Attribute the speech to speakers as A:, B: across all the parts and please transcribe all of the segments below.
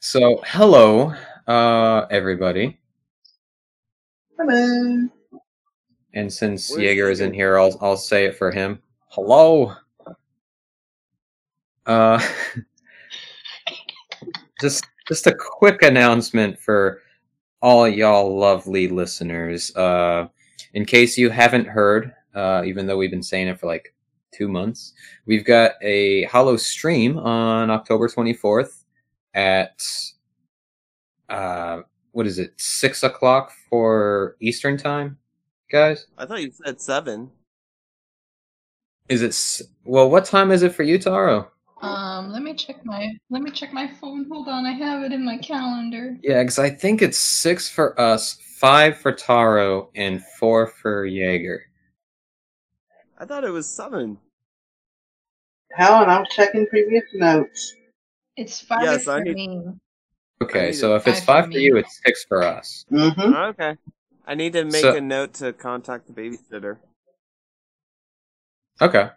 A: So, hello, uh, everybody.
B: Hello.
A: And since
C: Where's
A: Jaeger is in
C: Jaeger?
A: here, I'll I'll say it for him. Hello. Uh, just just a quick announcement for all y'all lovely listeners. Uh, in case you haven't heard, uh, even though we've been saying it for like two months, we've got a hollow stream on October twenty fourth at uh, what is it six o'clock for Eastern time, guys.
C: I thought you said seven.
A: Is it s- well? What time is it for you, Taro?
C: Oh.
B: Um, let me check my let me check my phone. Hold on, I have it in my calendar.
A: Yeah, because I think it's six for us, five for Taro, and four for Jaeger.
C: I thought it was seven.
D: Helen, I'm checking previous notes.
B: It's five
C: Yes,
B: for
C: I need-
B: me.
C: I
A: Okay,
C: need
A: so
C: it.
A: if it's
B: Five
A: five
B: for
A: for
B: me.
A: you, it's six for us.
D: Mm-hmm.
C: Oh, okay. I need to make
A: So-
C: a note to contact the babysitter.
A: Okay.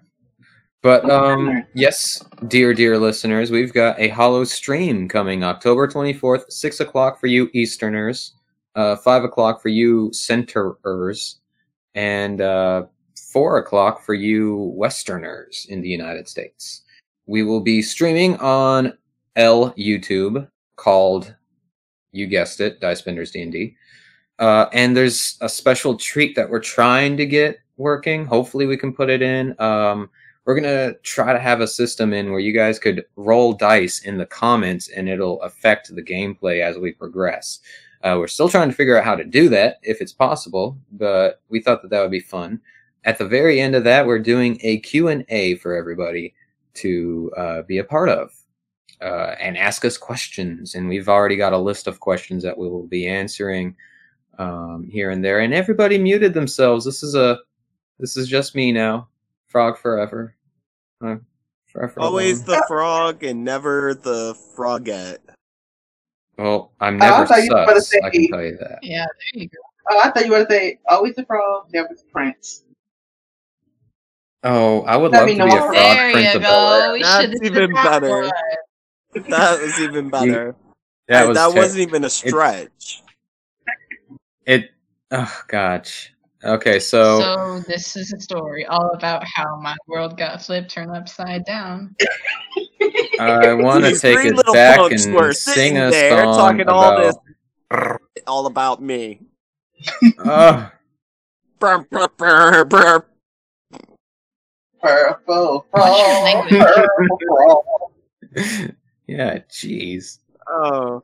A: But um
D: Okay.
A: yes, dear dear listeners, we've got a hollow stream coming October twenty fourth, six o'clock for you Easterners, uh, five o'clock for you Centerers, and uh, four o'clock for you Westerners in the United States. We will be streaming on L YouTube called, you guessed it, Dicebenders D and D. Uh, and there's a special treat that we're trying to get working. Hopefully, we can put it in. Um, we're gonna try to have a system in where you guys could roll dice in the comments, and it'll affect the gameplay as we progress. Uh, we're still trying to figure out how to do that if it's possible, but we thought that that would be fun. At the very end of that, we're doing a Q and A for everybody to uh, be a part of uh, and ask us questions. And we've already got a list of questions that we will be answering um, here and there. And everybody muted themselves. This is a this is just me now. Frog forever. Uh, forever
C: Always
A: alone.
C: the frog and never the frogette.
A: Well, I'm
D: Oh, I
A: never
D: thought you were about to
A: sus. I can
D: say-
A: tell you that.
B: Yeah, there you go.
D: Oh, I thought you were going to say, always the frog, never the prince.
A: Oh, I would love to
D: That'd
A: be a
D: be normal.
A: frog
B: There you
A: principal.
B: go. We
C: That's
B: should have
C: even
B: done that
C: better.
B: one.
C: That was even better.
A: That
C: Hey,
A: was ter-
C: wasn't even a stretch.
A: it. Oh gosh. Okay, so,
B: So this is a story all about how my world got flipped, turned upside down.
A: I want to
C: These
A: take
C: three
A: it
C: little
A: back
C: folks were
A: and sing
C: sitting
A: a
C: there
A: song
C: talking
A: about.
C: all this- All about me.
A: Ugh.
C: Brr, brr, brr, brr.
D: Purple
B: What's
A: Oh.
B: your
D: frog,
B: language?
D: purple frog.
A: yeah, jeez.
C: Oh.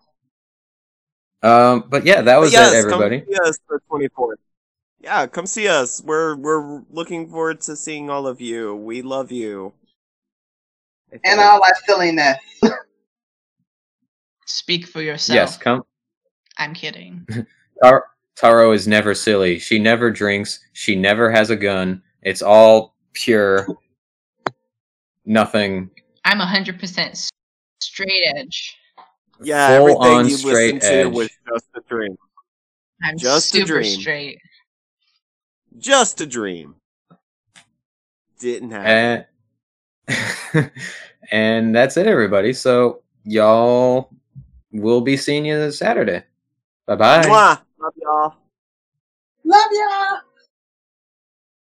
A: Um, but yeah, that was
C: Yes,
A: it, everybody.
C: Come see us the 24th. Yeah, come see us. We're we're looking forward to seeing all of you. We love you. I
D: And
C: think.
D: all that silliness.
B: Speak for yourself.
A: Yes, come.
B: I'm kidding.
A: Tar- Taro is never silly. She never drinks. She never has a gun. It's all pure. Nothing.
B: I'm 100% s- straight edge.
C: Yeah,
A: full
C: everything
A: on
C: you
A: straight
C: listened
A: edge.
C: to was just a dream.
B: I'm
C: Just a
B: super
C: dream.
B: straight.
C: Just a dream. Didn't happen.
A: And, and that's it, everybody. So y'all will be seeing you this Saturday. Bye bye.
C: Mwah! Love y'all.
D: Love y'all.